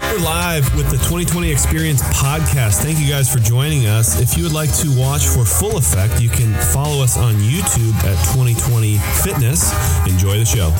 We're live with the 2020 Experience podcast. Thank you guys for joining us. If you would like to watch for full effect, you can follow us on YouTube at 2020 Fitness. Enjoy the show.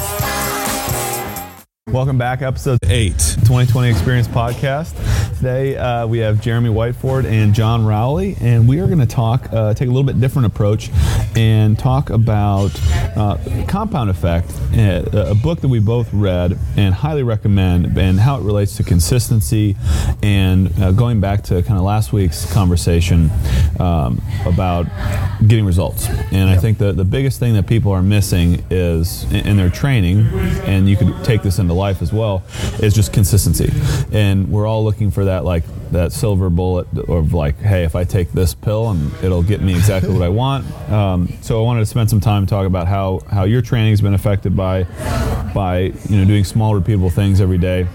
Welcome back, episode 8, 2020 Experience Podcast. Today uh, we have Jeremy Whiteford and John Rowley, and we are going to talk, uh, take a little bit different approach, and talk about uh, Compound Effect, uh, a, a book that we both read and highly recommend, and how it relates to consistency, and uh, going back to kind of last week's conversation um, about getting results. And I think the, the biggest thing that people are missing is in, in their training, and you could take this into life as well, is just consistency. And we're all looking for that like that silver bullet of like, hey, if I take this pill and it'll get me exactly what I want. Um, so I wanted to spend some time talking about how how your training has been affected by by you know doing small repeatable things every day,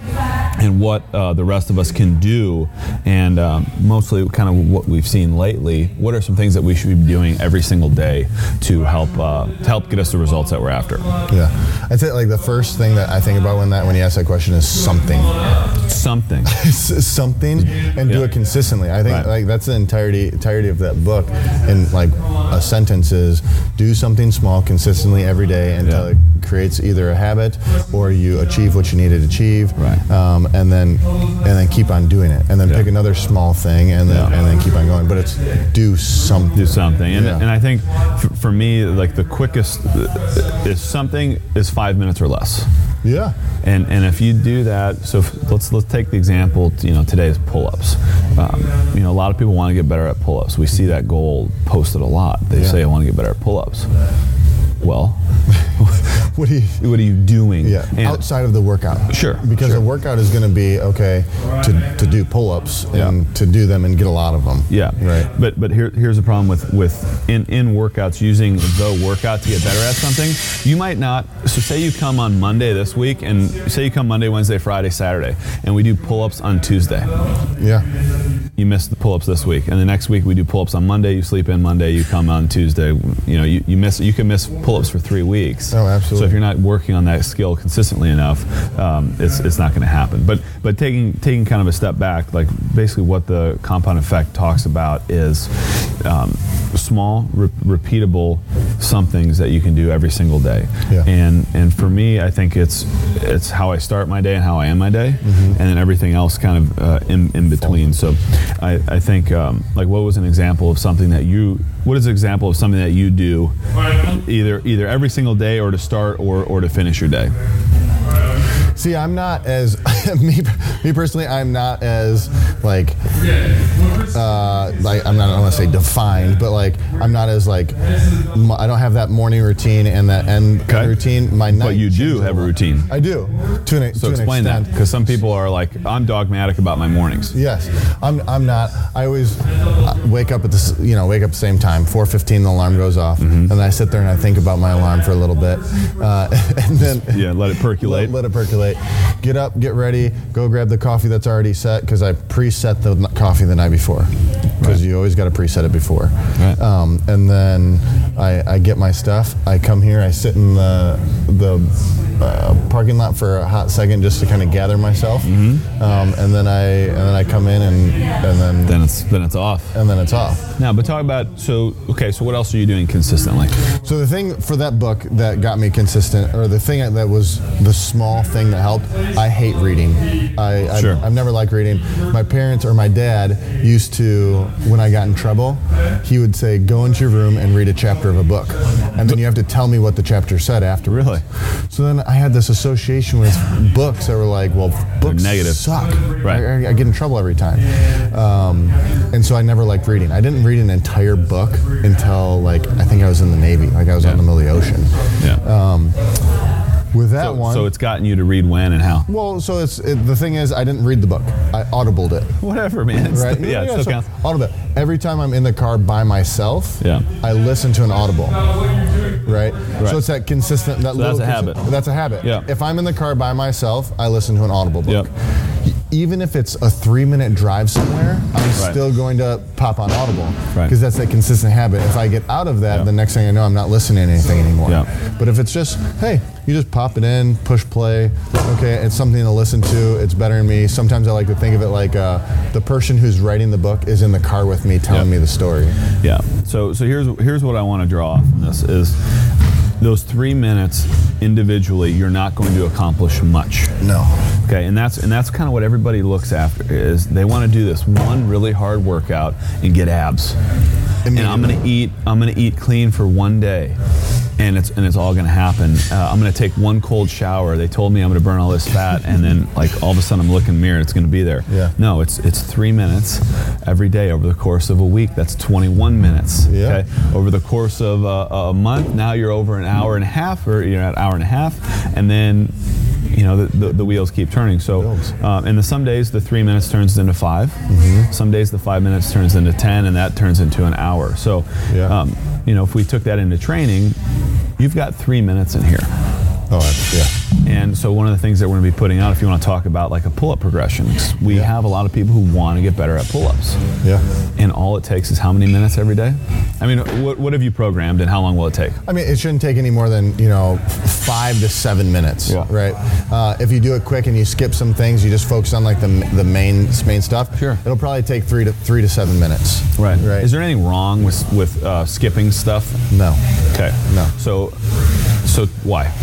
and what uh, the rest of us can do, and um, mostly kind of what we've seen lately. What are some things that we should be doing every single day to help uh, to help get us the results that we're after? Yeah, I think like the first thing that I think about when that when you ask that question is something, Something. It's something, and do Yeah. it consistently. I think Right. like that's the entirety entirety of that book, and like a sentence is do something small consistently every day until Yeah. it creates either a habit or you achieve what you need to achieve, Right. um, and then and then keep on doing it, and then Yeah. pick another small thing, and then Yeah. and then keep on going. But it's do something. do something. And, Yeah. and I think for, for me, like the quickest uh, is something is five minutes or less. Yeah, And and if you do that, so if, let's let's take the example. You know, today's pull-ups. Um, you know, a lot of people want to get better at pull-ups. We see that goal posted a lot. They Yeah. say, "I want to get better at pull-ups." Well, what do you? what are you doing? Yeah, And- outside of the workout. Sure, Because sure. the workout is going to be okay to, to do pull ups and Yeah. to do them and get a lot of them. Yeah. Right. But but here, here's the problem with with in in workouts using the workout to get better at something. You might not. So say you come on Monday this week, and say you come Monday, Wednesday, Friday, Saturday, and we do pull-ups on Tuesday. Yeah. You miss the pull-ups this week, and the next week we do pull-ups on Monday. You sleep in Monday. You come on Tuesday. You know you, you miss you can miss pull-ups for three weeks. Oh, absolutely. So if you're not working on that skill consistently enough, um, it's, it's not going to happen. But but taking taking kind of a step back, like basically what the compound effect talks about is um, small, re- repeatable somethings that you can do every single day. Yeah. And and for me, I think it's it's how I start my day and how I end my day, Mm-hmm. and then everything else kind of uh, in in between. So I I think um, like what was an example of something that you what is an example of something that you do either either every single day or to start or, or to finish your day. See, I'm not as me me personally. I'm not as like uh, like I'm not. I don't want to say defined, but like I'm not as like mo- I don't have that morning routine and that end Okay. routine. My night. But you do changes have a lot. routine. I do. To an, So to an explain that extent. because some people are like I'm dogmatic about my mornings. Yes, I'm. I'm not. I always uh, wake up at the s- you know wake up the same time. 4:15, the alarm goes off, and then I sit there and I think about my alarm for a little bit, uh, and then Yeah, let it percolate. Let, let it percolate. Get up, get ready, go grab the coffee that's already set because I preset the n- coffee the night before because you always got to preset it before. Right. Um, and then I, I get my stuff. I come here. I sit in the the uh, parking lot for a hot second just to kind of gather myself. Mm-hmm. Um, and then I and then I come in and and then, Then it's then it's off. and then it's off. Now, but talk about so okay. So what else are you doing consistently? So the thing for that book that got me consistent, or the thing that was the small thing that helped, I hate reading. I, I Sure. I've never liked reading. My parents or my dad used to, when I got in trouble, he would say, "Go into your room and read a chapter of a book, and then you have to tell me what the chapter said after." Really? So then I had this association with books that were like, "Well, books negative. suck. Right. I, I- I get in trouble every time." Um, and so I never liked reading. I didn't read an entire book until like I think I was in the Navy. Like I was out in the middle of the ocean. Yeah. With that so, Uh, one, so it's gotten you to read when and how. well, so it's it, the thing is I didn't read the book. I audibled it. Whatever, man. It's Right? still- yeah, it so still counts. Audible. Every time I'm in the car by myself, Yeah. I listen to an audible. Right. Right? So it's that consistent. That that's little a consi- habit. That's a habit. Yeah. If I'm in the car by myself, I listen to an audible book. E-, Yep. even if it's a three minute drive somewhere, I'm Right. still going to pop on Audible because Right. that's a consistent habit. If I get out of that, Yeah. the next thing I know, I'm not listening to anything anymore. Yeah. But if it's just, hey, you just pop it in, push play. Okay, it's something to listen to. It's better than me. Sometimes I like to think of it like uh, the person who's writing the book is in the car with me, telling Yeah. me the story. Yeah. So so here's here's what I want to draw from this is those three minutes individually, you're not going to accomplish much. No. Okay, and that's and that's kind of what everybody looks after is they want to do this one really hard workout and get abs. And I'm gonna eat I'm gonna eat clean for one day, and it's and it's all gonna happen. Uh, I'm gonna take one cold shower. They told me I'm gonna burn all this fat, and then like all of a sudden I'm looking in the mirror, it's gonna be there. Yeah. No, it's it's three minutes every day over the course of a week. That's 21 minutes. Yeah. Okay? Over the course of a, a month, now you're over an hour and a half, or you're at hour and a half, and then you know the, the, the wheels keep turning. So, Wheels. Mm-hmm. um, and the, some days the three minutes turns into 5 Some days the five minutes turns into ten, and that turns into an hour. So, Yeah. um, you know, if we took that into training, you've got three minutes in here. Oh, I- yeah. And so one of the things that we're going to be putting out, if you want to talk about like a pull-up progression, 'cause we Yeah. have a lot of people who want to get better at pull-ups, Yeah. and all it takes is how many minutes every day. I mean, what, what have you programmed, and how long will it take? I mean, it shouldn't take any more than you know five to seven minutes, Yeah. right? Uh, if you do it quick and you skip some things, you just focus on like the the main main stuff. Sure. It'll probably take three to three to seven minutes. Right. Is there anything wrong with with uh, skipping stuff? no? Okay. No. So, so why?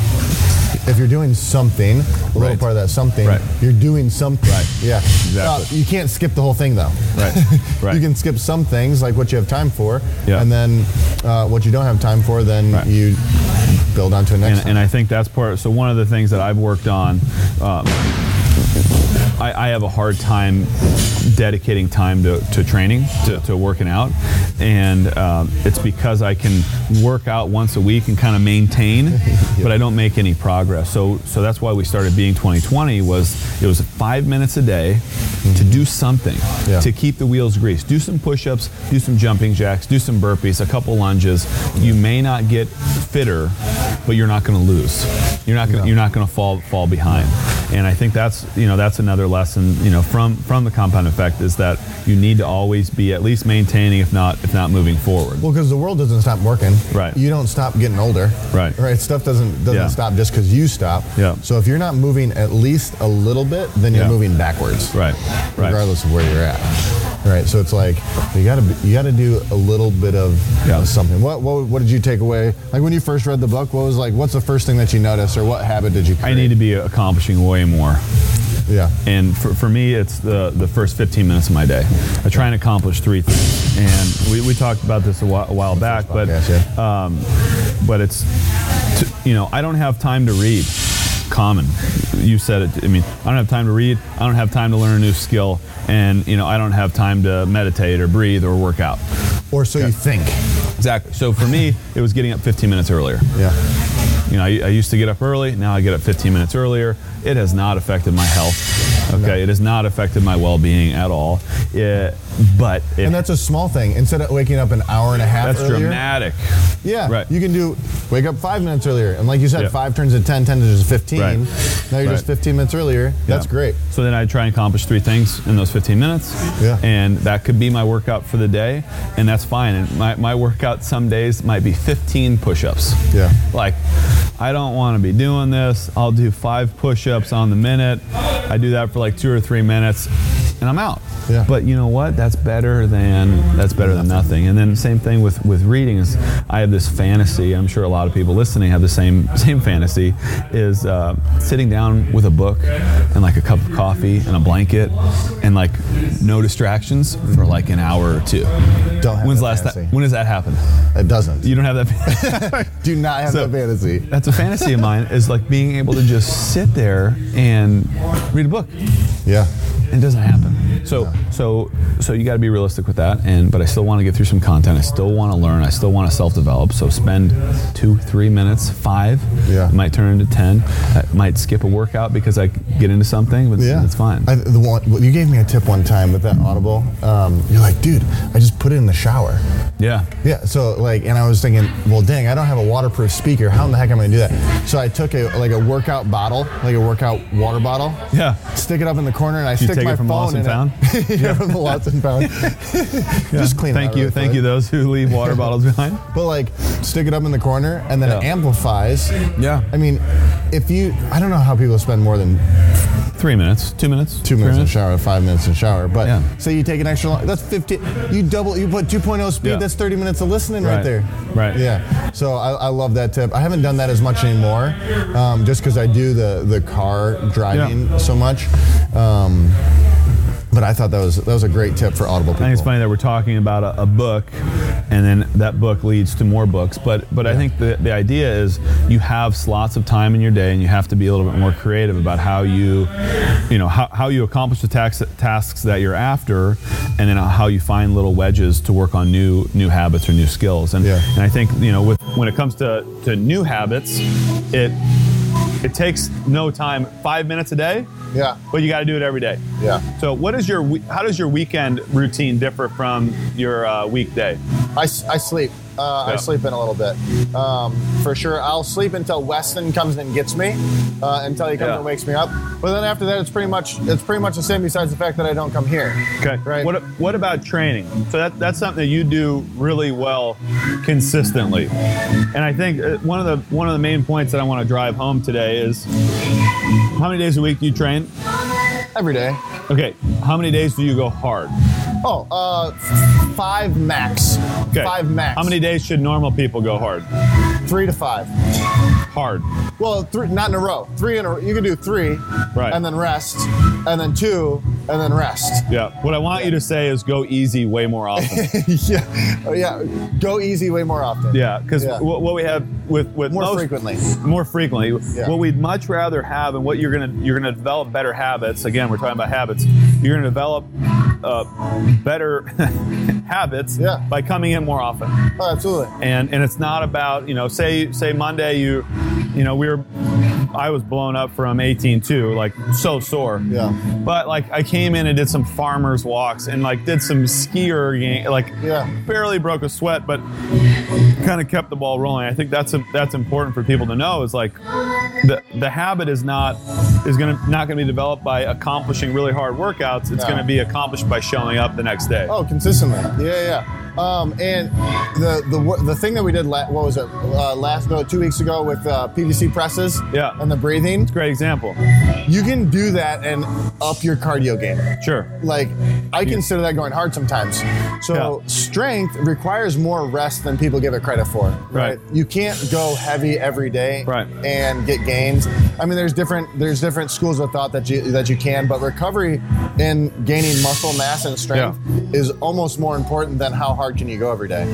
If you're doing something, a little Right. part of that something, Right. you're doing something. Right. Yeah. Uh, Exactly. you can't skip the whole thing though. Right. Right. You can skip some things like what you have time for, Yeah. and then uh, what you don't have time for, then Right. you build onto the next. and, and I think that's part. So one of the things that I've worked on, um, I, I have a hard time dedicating time to, to training, to, to working out, and um, it's because I can work out once a week and kind of maintain, but I don't make any progress. So so that's why we started being 2020 was it was five minutes a day to do something Yeah. to keep the wheels greased. Do some push-ups, do some jumping jacks, do some burpees, a couple lunges. You may not get fitter, but you're not going to lose. You're not going to you're not going to fall fall behind. And I think that's you know that's another lesson you know from from the compound effect is that you need to always be at least maintaining, if not if not moving forward. Well, because the world doesn't stop working. Right. You don't stop getting older. Right. Right. Stuff doesn't doesn't Yeah. stop just because you stop. Yeah. So if you're not moving at least a little bit, then you're Yeah. moving backwards. Right, right. Regardless of where you're at. Right. So it's like you gotta be- you gotta do a little bit of Yeah. of something. What, what what did you take away? Like when you first read the book, what was like? What's the first thing that you noticed, or what habit did you? I Create? need to be accomplishing way more. Yeah. And for, for me, it's the, the first 15 minutes of my day. I try and accomplish three things. And we, we talked about this a while, a while back, but Podcast, yeah. um, but it's, t you know, I don't have time to read. Common. You said it. I mean, I don't have time to read. I don't have time to learn a new skill. And, you know, I don't have time to meditate or breathe or work out. Or so you think. Exactly. So for me, it was getting up 15 minutes earlier. Yeah. You know, I, I used to get up early. Now I get up 15 minutes earlier. It has not affected my health. Okay, it has not affected my well-being at all. It, but it, And that's a small thing. Instead of waking up an hour and a half that's earlier, dramatic. Yeah, Right. you can do wake up five minutes earlier. And like you said, Yeah. five turns to 10, 10 turns to 15. Right. Now you're just Right. 15 minutes earlier. That's Yeah. great. So then I try and accomplish three things in those 15 minutes. Yeah. And that could be my workout for the day, and that's fine. And my, my workout some days might be 15 push ups. Yeah. Like, I don't want to be doing this. I'll do five push ups on the minute. I do that for like two or three minutes, and I'm out. Yeah. But you know what? That's better than that's better than nothing. And then same thing with with reading is I have this fantasy. I'm sure a lot of people listening have the same same fantasy is uh, sitting down with a book and like a cup of coffee and a blanket and like no distractions for like an hour or two. Don't have When's that last that, fantasy. when does that happen? It doesn't. You don't have that. do not have So- that fantasy. That's a fantasy of mine is like being able to just sit there and read a book. Yeah. It doesn't happen. So so so you got to be realistic with that. And but I still want to get through some content. I still want to learn. I still want to self develop. So spend two, three minutes, five. Yeah. It might turn into ten. I might skip a workout because I get into something. But Yeah, it's fine. I, the one, well, you gave me a tip one time with that Audible. Um, you're like, dude, I just put it in the shower. yeah. Yeah. So like, and I was thinking, well, dang, I don't have a waterproof speaker. How in the heck am I gonna do that? So I took a like a workout bottle, like a workout water bottle. Yeah. Stick it up in the corner, and I stick take my it from phone Lost in and Found? it. yeah, from the Lost and Found. Just clean. it Thank out you, really thank quick. you. Those who leave water bottles behind. But like, stick it up in the corner, and then it Yeah. amplifies. Yeah. I mean, if you, I don't know how people spend more than Three minutes, two minutes, two three minutes in the shower, five minutes in the shower. But Yeah. say you take an extra long, that's 15. You double, you put 2.0 speed, Yeah. that's 30 minutes of listening right, Right. there. Right. Yeah. So I, I love that tip. I haven't done that as much anymore um, just because I do the, the car driving so much. Um, but I thought that was that was a great tip for audible people. I think it's funny that we're talking about a, a book, and then that book leads to more books. But but I think the, the idea is you have slots of time in your day, and you have to be a little bit more creative about how you, you know, how, how you accomplish the tax, tasks that you're after, and then how you find little wedges to work on new new habits or new skills. And Yeah. and I think you know with when it comes to to new habits, it it takes no time, five minutes a day, Yeah. but you got to do it every day. Yeah. So, what is your we- how does your weekend routine differ from your uh, weekday? I, s- I sleep. Uh, I Yeah. sleep in a little bit, um, for sure. I'll sleep until Weston comes and gets me, uh, until he comes Yeah. and wakes me up. But then after that, it's pretty much it's pretty much the same. Besides the fact that I don't come here. Okay. Right. What what about training? So that that's something that you do really well consistently. And I think uh, one of the one of the main points that I want to drive home today is how many days a week do you train? Every day. Okay. How many days do you go hard? Oh, uh, f- five max. Okay. Five max. How many days should normal people go hard? Three to five. Hard. Well, three, not in a row. Three in a row. You can do three, Right. and then rest, and then two, and then rest. Yeah. What I want you to say is go easy way more often. yeah. Oh, yeah. Go easy way more often. Yeah, because Yeah. what, what we have with with More most- frequently. more frequently, Yeah. what we'd much rather have, and what you're gonna you're gonna develop better habits. Again, we're talking about habits. You're gonna develop uh, better habits Yeah. by coming in more often. Oh, absolutely. And and it's not about you know say say Monday you you know we were I was blown up from 18 too like so sore. Yeah. But like I came in and did some farmers walks and like did some skier game, like Yeah. barely broke a sweat, but kind of kept the ball rolling. I think that's that's important for people to know is like the the habit is not is gonna not gonna be developed by accomplishing really hard workouts. It's No. gonna be accomplished by showing up the next day. Oh, consistently. Yeah, yeah. Um, and the the wor- the thing that we did la- what was it uh, last no two weeks ago with uh, PVC presses. Yeah. And the breathing, Great example. you can do that and up your cardio game. Sure. Like I consider that going hard sometimes. So Yeah. strength requires more rest than people give it credit for. Right. You can't go heavy every day. Right. And get gains. I mean, there's different there's different schools of thought that you that you can, but recovery and gaining muscle mass and strength is almost more important than how hard can you go every day.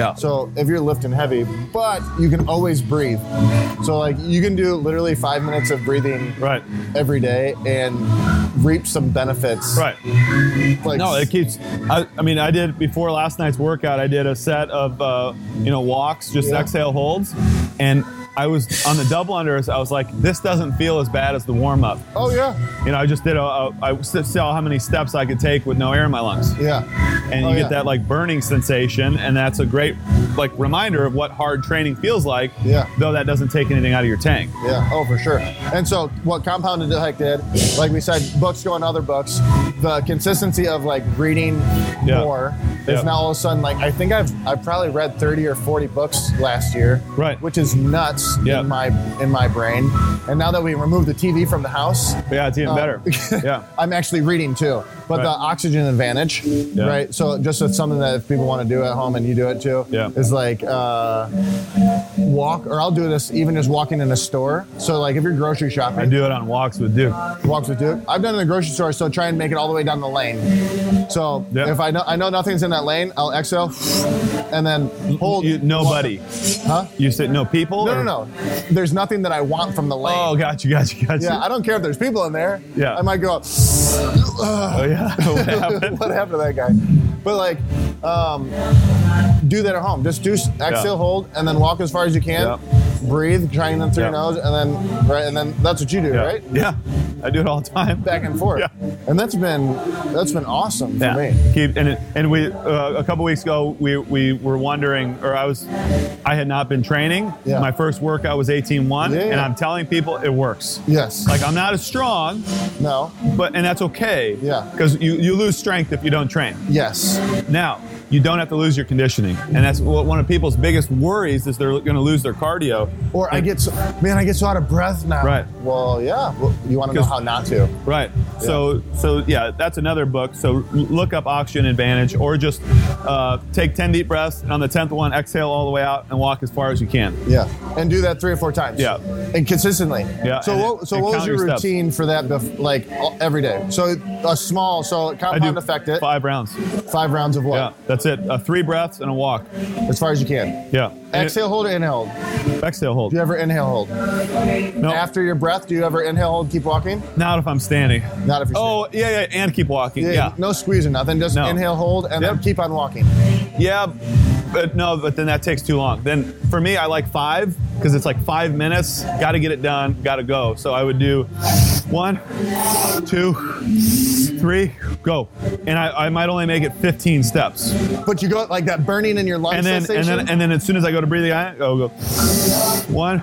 Yeah. So if you're lifting heavy, but you can always breathe. So like you can do literally five minutes of breathing Right. every day and reap some benefits. Right. Like, No, it keeps. I, I mean, I did before last night's workout. I did a set of uh, you know walks, just Yeah. exhale holds, and I was on the double unders. I was like, this doesn't feel as bad as the warm up. oh yeah, You know, I just did a, a I s- saw how many steps I could take with no air in my lungs, yeah, and Oh, you yeah. get that like burning sensation, and that's a great like reminder of what hard training feels like. Yeah. Though that doesn't take anything out of your tank. yeah. Oh for sure. And so what compounded Detect did, like we said, books go in other books. The consistency of like reading Yeah. more is Yeah. now all of a sudden like I think I've I've probably read thirty or forty books last year. Right. Which is nuts Yeah. in my in my brain. And now that we removed the TV from the house, But yeah, it's even Uh, better. yeah. I'm actually reading too, but Right. the oxygen advantage, right? So just it's something that if people want to do at home and you do it too, Yeah. is like uh, walk, or I'll do this even just walking in a store. So like if you're grocery shopping, I do it on walks with Duke. walks with Duke. I've done it in the grocery store, so try and make it all the way down the lane. So Yeah. if I know I know nothing's in that lane, I'll exhale and then hold. You, nobody. Huh? You said no people. No, no, or- no. There's nothing that I want from the lane. Oh, gotcha, gotcha, gotcha. Yeah, I don't care if there's people in there. Yeah. I might go. Oh, yeah. what happened? what happened to that guy? But like, um, do that at home. Just do s- exhale, hold, and then walk as far as you can. Yep. Breathe, trying in through Yep. your nose, and then right, and then that's what you do, Yeah. right? Yeah. I do it all the time. Back and forth. Yeah. And that's been that's been awesome for me. Keep and it, and we uh, a couple weeks ago we we were wondering or I was I had not been training. Yeah. My first workout was 18-1 Yeah, and yeah. I'm telling people it works. Yes. Like I'm not as strong, no. but and that's okay. Yeah. Because you, you lose strength if you don't train. Yes. Now, you don't have to lose your conditioning. And that's what one of people's biggest worries is they're going to lose their cardio. Or I get so man, I get so out of breath now. Right. Well, yeah. Well, you want to know 'Cause- how not to. Right. So, so yeah, that's another book. So l- look up Oxygen Advantage or just uh, take 10 deep breaths and on the 10th one, exhale all the way out and walk as far as you can. Yeah. And do that three or four times. Yeah. And consistently. Yeah, So and- what, so and what was count your, your steps. routine for that? Bef- like all- every day. So a small. So I compound do effect. It five rounds. five rounds of what? Yeah, that's it. Uh, three breaths and a walk. As far as you can. Yeah. And Exhale, hold, or inhale. Hold. It, exhale hold. Do you ever inhale, hold? No, After your breath, do you ever inhale, hold, keep walking? not if I'm standing. Not if you're. Oh, yeah, yeah, and keep walking. standing. Yeah. No squeezing, nothing. Just No. inhale, hold, and then Yep. keep on walking. Yeah, but no, but then that takes too long. Then for me, I like five because it's like five minutes. Got to get it done. Got to go. So I would do one, two, three, go, and I, I might only make it 15 steps, But you go like that burning in your lungs and then and sensation. then and then as soon as I go to breathe again, go go one,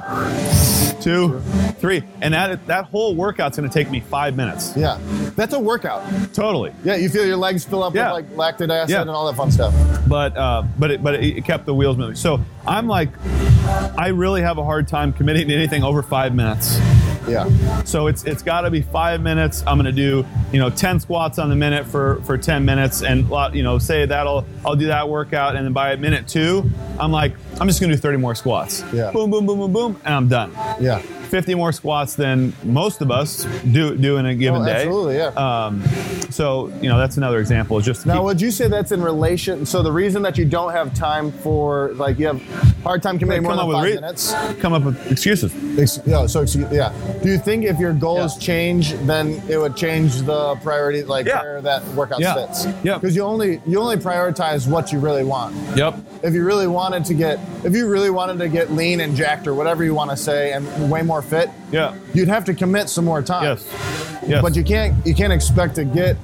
two, three, and that that whole workout's gonna take me five minutes yeah, that's a workout. totally. Yeah, you feel your legs fill up Yeah. with like lactic acid Yeah. and all that fun stuff. but uh, but it, but it, it kept the wheels moving. So I'm like, I really have a hard time committing to anything over five minutes. Yeah, So it's it's got to be five minutes. I'm gonna do you know ten squats on the minute for for ten minutes, and lot you know say that'll I'll do that workout, and then by minute two, I'm like I'm just gonna do 30 more squats. Yeah. Boom boom boom boom boom, and I'm done. yeah. 50 more squats than most of us do do in a given Oh, day. absolutely, yeah. Um, so you know that's another example. is Just now, keep- would you say that's in relation? So the reason that you don't have time for like you have hard time committing more come up than with five re- minutes. come up with excuses. Ex- yeah. So excuse, yeah. Do you think if your goals Yeah. change, then it would change the priority, like Yeah. where that workout Yeah. sits? Yeah. Because you only you only prioritize what you really want. Yep. If you really wanted to get, if you really wanted to get lean and jacked or whatever you want to say, and way more fit, Yeah. you'd have to commit some more time. Yes. Yes. But you can't you can't expect to get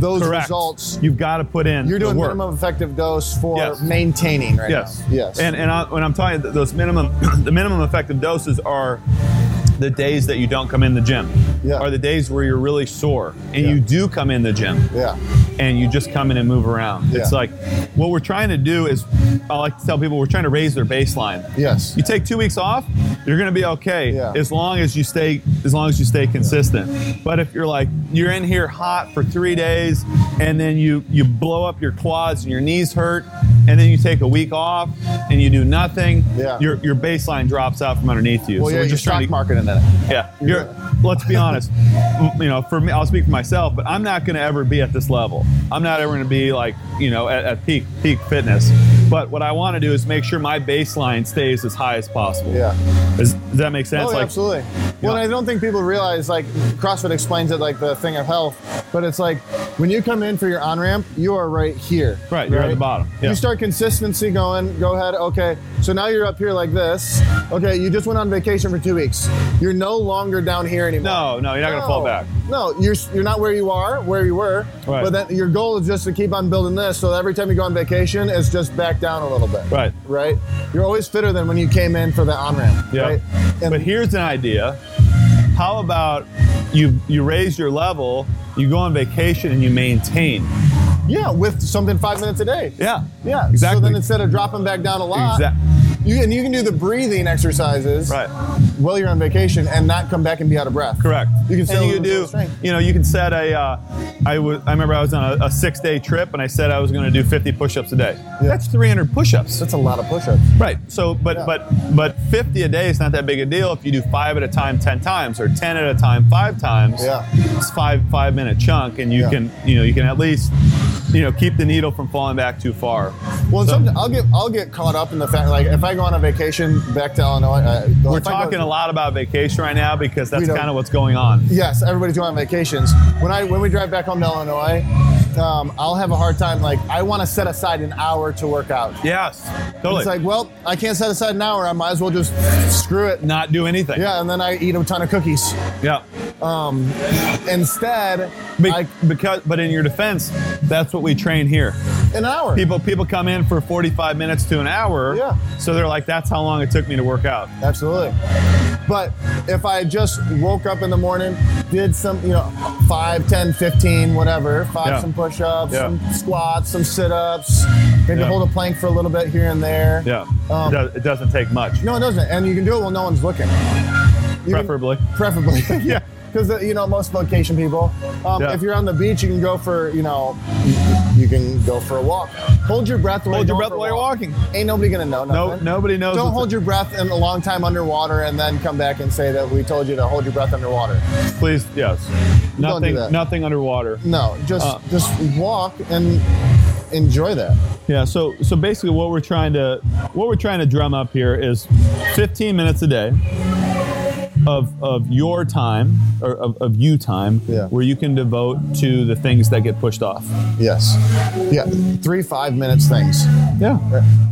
those Correct. results. You've got to put in. You're doing the work. minimum effective dose for Yes. maintaining right Yes. now. Yes. And and I, when I'm talking th- those minimum, the minimum effective doses are the days that you don't come in the gym. Yeah. Are the days where you're really sore and Yeah. you do come in the gym. yeah. And you just come in and move around. It's Yeah. like what we're trying to do is I like to tell people we're trying to raise their baseline. Yes. You take two weeks off, you're gonna be okay Yeah. as long as you stay as long as you stay consistent. But if you're like you're in here hot for three days and then you you blow up your quads and your knees hurt, and then you take a week off and you do nothing, Yeah. your your baseline drops out from underneath you. well, yeah, we're you're just stock Oh, trying to market in that. yeah. You're, let's be honest. M- you know, for me, I'll speak for myself, but I'm not going to ever be at this level. I'm not ever going to be like you know at, at peak peak fitness. But what I want to do is make sure my baseline stays as high as possible. Yeah. Does, does that make sense? oh, yeah, like, absolutely. Yeah. Well, and I don't think people realize like CrossFit explains it like the thing of health, but it's like when you come in for your on ramp, you are right here. Right, you're at the bottom. Yeah. You start consistency going. Go ahead. Okay, so now you're up here like this. Okay, you just went on vacation for two weeks. You're no longer down here anymore. No, no, you're not going to fall No. back. No, you're you're not where you are, where you were. Right. But then your goal is just to keep on building this, so every time you go on vacation, it's just back down a little bit. Right. Right. You're always fitter than when you came in for the on ramp. Yeah. Right? And but here's an idea. How about you you raise your level, you go on vacation, and you maintain. yeah, with something five minutes a day. Yeah. Yeah. Exactly. So then instead of dropping back down a lot, Exact- you and you can do the breathing exercises Right. while you're on vacation and not come back and be out of breath. Correct. You can and still you can still do. strength. You know, you can set a. Uh, I was. I remember I was on a, a six-day trip, and I said I was going to do 50 push-ups a day. That's 300 push-ups. That's a lot of push-ups. right. So, but Yeah. but but 50 a day is not that big a deal if you do five at a time, 10 times, or 10 at a time, five times. Yeah. It's five five-minute chunk, and you Yeah. can you know you can at least you know keep the needle from falling back too far. Well, and some, I'll get I'll get caught up in the fact like if I go on a vacation back to Illinois, uh, We're talking a lot about vacation right now because that's We don't- kind of what's going on. yes, everybody's going on vacations. When I when we drive back home to Illinois, um, I'll have a hard time. Like I want to set aside an hour to work out. Yes, totally. It's like, well, I can't set aside an hour. I might as well just screw it. not do anything. Yeah, and then I eat a ton of cookies. Um, yeah. Instead, Be- I, because, but in your defense, that's what we train here. an hour. People, people come in for 45 minutes to an hour. Yeah. So they're like, that's how long it took me to work out. Absolutely. But if I just woke up in the morning, did some, you know, 5, 10, 15, whatever, five, Yeah. some push ups, Yeah. some squats, some sit ups, maybe Yeah. hold a plank for a little bit here and there. Yeah. Um, it, does, it doesn't take much, No, it doesn't. And you can do it while no one's looking. You can- preferably. preferably. Yeah. Because uh, you know most vacation people, um, Yeah. if you're on the beach, you can go for you know, you can go for a walk. Hold your breath. While Hold your breath going for a while you're walk. walking. Ain't nobody gonna know. No, Nothing. nobody knows. Don't what's- hold your breath in a long time underwater and then come back and say that we told you to hold your breath underwater. Please, yes. Don't do Nothing, that. nothing underwater. No, just Uh. just walk and enjoy that. Yeah. So, so basically, what we're trying to, what we're trying to drum up here is 15 minutes a day of of your time or of, of you time, Yeah. where you can devote to the things that get pushed off. Yes. Yeah. Three five minutes things. Yeah.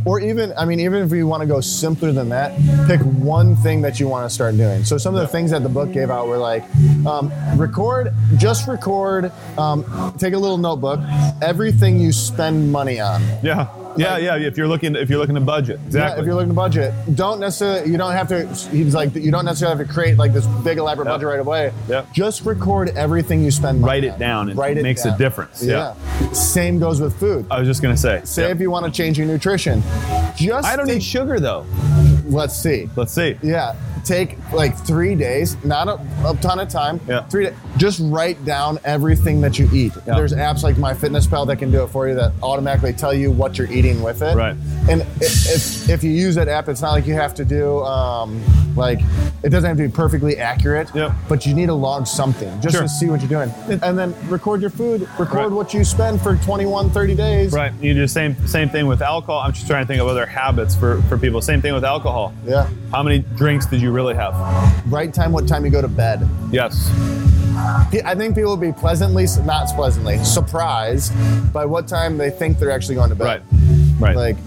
Or even, I mean, even if you want to go simpler than that, pick one thing that you want to start doing. So some of the things that the book gave out were like, um, record, just record, um, take a little notebook, everything you spend money on. Yeah. Yeah, yeah. If you're looking, if you're looking to budget, exactly. Yeah, if you're looking to budget, don't necessarily, you don't have to, he's like, you don't necessarily have to create like this big elaborate Yeah. budget right away. Yeah. Just record everything you spend money Write it on. down. It Write it makes a down. difference. Yeah. Same goes with food. I was just gonna say. Say yeah. if you want to change your nutrition, just I don't think- eat sugar though. Let's see. Let's see. Yeah, take like three days, not a, a ton of time. Yeah. Three days. Just write down everything that you eat. Yeah. There's apps like MyFitnessPal that can do it for you that automatically tell you what you're eating with it. Right. And i- if, if you use that app, it's not like you have to do um, like it doesn't have to be perfectly accurate. Yep. But you need to log something just Sure. to see what you're doing, and then record your food. Record Right. what you spend for 21, 30 days. Right. You do the same same thing with alcohol. I'm just trying to think of other habits for for people. Same thing with alcohol. Yeah. How many drinks did you really have? Right time, what time you go to bed. Yes. Pe- I think people would be pleasantly, not pleasantly, surprised by what time they think they're actually going to bed. Right. Right. Like,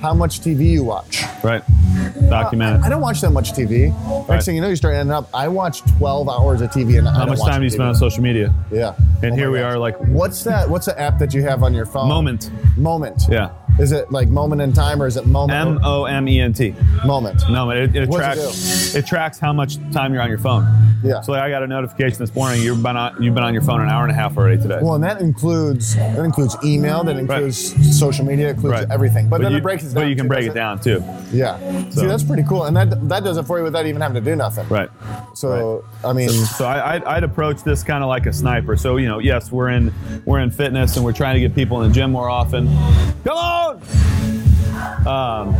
how much TV you watch. right. I, Document I it. don't watch that much TV. Right. Next thing you know, you start ending up. I watch 12 hours of TV, and I How much time do you spend on social media? Yeah. And Oh here my we gosh. are, like What's that? What's the app that you have on your phone? moment. Moment. Yeah. Is it like moment in time, or is it moment? M O M E N T. moment. No, it, it Oh. What's it tracks. It, tracks how much time you're on your phone. Yeah. So like, I got a notification this morning. You've been on, you've been on your phone an hour and a half already today. Well, and that includes that includes email, that includes social media, it includes everything. But, then you, it breaks it down. But you can too, break doesn't it down too. Yeah. So- See, that's pretty cool, and that that does it for you without even having to do nothing. Right. So I mean, So I, I'd, I'd approach this kind of like a sniper. So you know, yes, we're in we're in fitness and we're trying to get people in the gym more often. Come on. Um,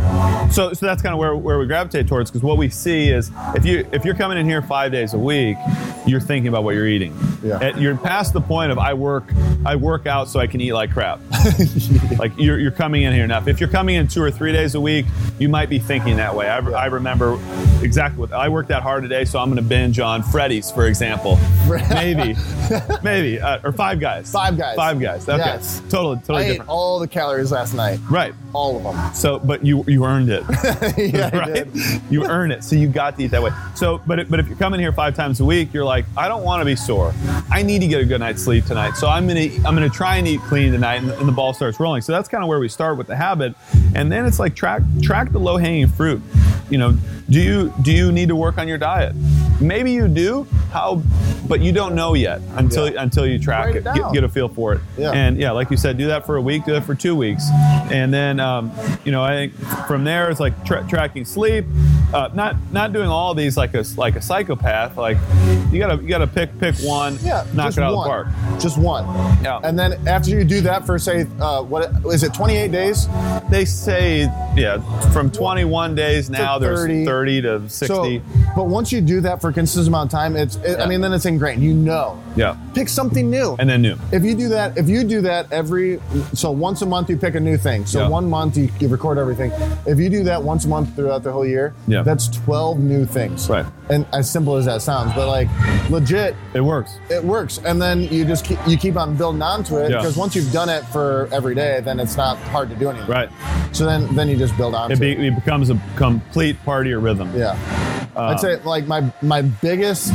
so so that's kind of where, where we gravitate towards because what we see is if you if you're coming in here five days a week, you're thinking about what you're eating. Yeah. And you're past the point of I work I work out so I can eat like crap. like you're, you're coming in here now. If you're coming in two or three days a week, you might be thinking that way. I, I remember exactly what I worked that hard today, so I'm going to binge on Freddy's, for example. maybe, maybe, uh, or Five Guys. Five Guys. Five Guys. Okay. Yes. Totally, I totally ate different. all the calories last night, right. all of them. So, but you you earned it, yeah, I right? did. You earn it, so you got to eat that way. So, but it, but if you're coming here five times a week, you're like, I don't want to be sore. I need to get a good night's sleep tonight. So I'm gonna I'm gonna try and eat clean tonight, and, and the ball starts rolling. So that's kind of where we start with the habit, and then it's like track track the low hanging fruit. You know, do you do you need to work on your diet? Maybe you do. How? But you don't know yet until Yeah. until you track Write it, it get, down. get a feel for it. Yeah. And yeah, like you said, do that for a week, do that for two weeks, and then um, you know I think from there it's like tra- tracking sleep, uh, not not doing all these like a like a psychopath. Like you gotta you gotta pick pick one, Yeah, knock just it out one. of the park. Just one. Yeah. And then after you do that for say, uh, what is it? 28 days. They say yeah, from 21 days now there's 30. 30, to 60. So, but once you do that for a consistent amount of time, it's it, I Yeah. mean then it's ingrained. You know. yeah, Pick something new. and then new. if you do that, if you do that every, so once a month you pick a new thing. So Yeah. one month you, you record everything. If you do that once a month throughout the whole year, Yeah. that's 12 new things. Right. And as simple as that sounds, but like legit, It works. it works. And then you just keep, you keep on building onto it Yeah. because once you've done it for every day, then it's not hard to do anything. Right. So then then you just build onto It, it. be, it becomes a complete part of your rhythm. Yeah. I'd say Um, like my my biggest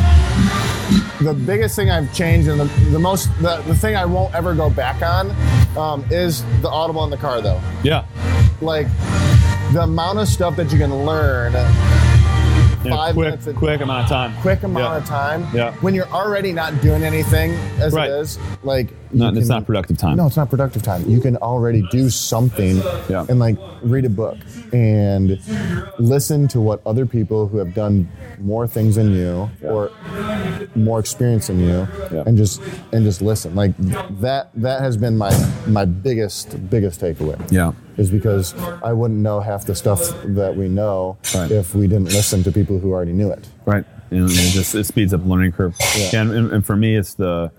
the biggest thing I've changed and the, the most the, the thing I won't ever go back on um, is the audible in the car though. Yeah. Like the amount of stuff that you can learn In a Five quick minutes a- quick amount of time. quick amount Yeah. of time Yeah. when you're already not doing anything as Right. it is like you Not, it's can- not productive time. no, it's not productive time. You can already do something Yeah. and like read a book and listen to what other people who have done more things than you or more experience than you Yeah. and just and just listen. Like that that has been my my biggest biggest takeaway. Yeah. Is because I wouldn't know half the stuff that we know Right. if we didn't listen to people who already knew it. Right. And it just it speeds up the learning curve. Yeah. And, and, and for me, it's the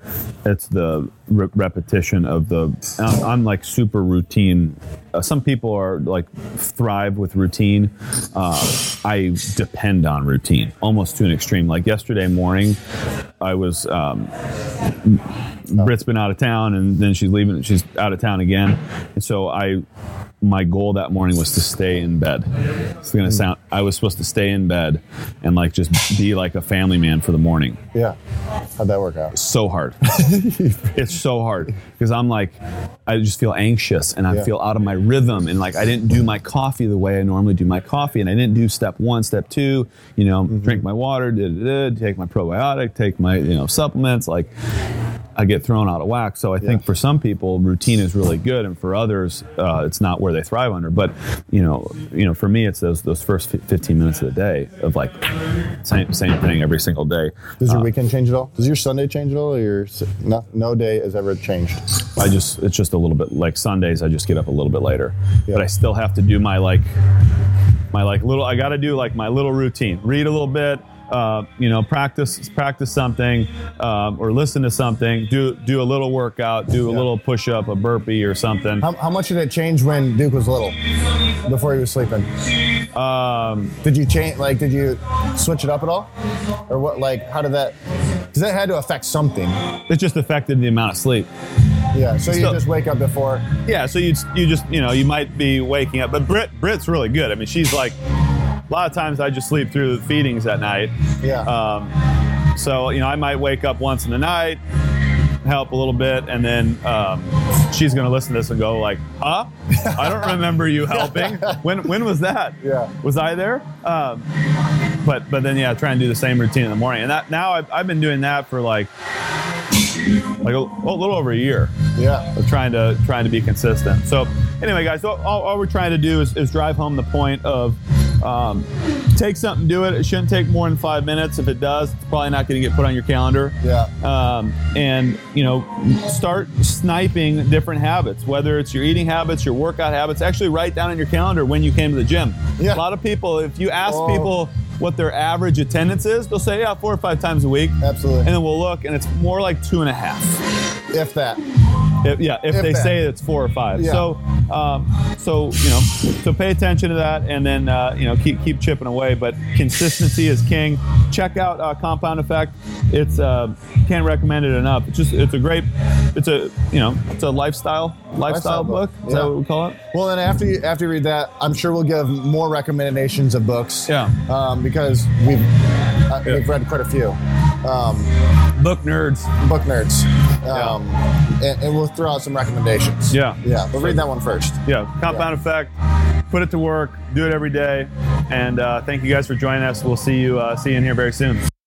it's the re- repetition of the. I'm, I'm like super routine. Uh, some people are like thrive with routine. Uh, I depend on routine almost to an extreme. Like yesterday morning, I was um, Brit's been out of town, and then she's leaving. She's out of town again, and so I, my goal that morning was to stay in bed. It's gonna sound. I was supposed to stay in bed, and like just be like a family man for the morning. Yeah. How'd that work out? So hard. it's so hard because I'm like, I just feel anxious and I Yeah. feel out of my rhythm, and like I didn't do my coffee the way I normally do my coffee, and I didn't do step one, step two. You know, Mm-hmm. drink my water, da, da, da, take my probiotic, take my you know supplements, like. I get thrown out of whack. So I think Yeah. for some people, routine is really good, and for others, uh, it's not where they thrive under. But you know, you know, for me, it's those those first fif- 15 minutes of the day of like same same thing every single day. Does your weekend change at all? Does your Sunday change at all? Or your s- no, no day has ever changed. I just it's just a little bit like Sundays. I just get up a little bit later, Yeah. but I still have to do my like my like little. I got to do like my little routine. Read a little bit. Uh, you know, practice practice something, um, or listen to something. Do do a little workout. Do a Yeah. little push up, a burpee, or something. How, how much did it change when Duke was little, before he was sleeping? Um, Did you change? Like, did you switch it up at all, or what? Like, how did that? Because that had to affect something. it just affected the amount of sleep. Yeah. So you Still- just wake up before. Yeah, so you you just you know you might be waking up, but Brit Brit's really good. I mean, she's like a lot of times I just sleep through the feedings at night. Yeah. Um, so you know I might wake up once in the night, help a little bit, and then um, she's gonna listen to this and go like, huh? I don't remember you helping. When when was that? Yeah. Was I there? Um, but but then yeah, try and do the same routine in the morning, and that now I've, I've been doing that for like like a, a little over a year Yeah. of trying to trying to be consistent. So anyway, guys, all, all all we're trying to do is, is drive home the point of um, take something, do it. It shouldn't take more than five minutes. If it does, it's probably not going to get put on your calendar. Yeah. Um, and you know, start sniping different habits, whether it's your eating habits, your workout habits. Actually, write down in your calendar when you came to the gym. Yeah. A lot of people, if you ask Oh. people what their average attendance is, they'll say, yeah, four or five times a week. Absolutely. And then we'll look, and it's more like two and a half. If that. If, yeah, if, If they that. say it's four or five. Yeah. So, um, so you know, so pay attention to that, and then uh, you know keep keep chipping away. But consistency is king. Check out uh, Compound Effect. It's uh, can't recommend it enough. It's just it's a great, it's a you know it's a lifestyle lifestyle, Lifestyle book. book. Is Yeah. that what we call it? Well, then after you after you read that, I'm sure we'll give more recommendations of books. Yeah. Um, because we've Yeah. uh, we've read quite a few. Um, Book nerds. book nerds. Um, and, and we'll throw out some recommendations. Yeah. Yeah. But read that one first. Yeah, Compound Effect. Put it to work. Do it every day. And uh, thank you guys for joining us. We'll see you uh, see you in here very soon.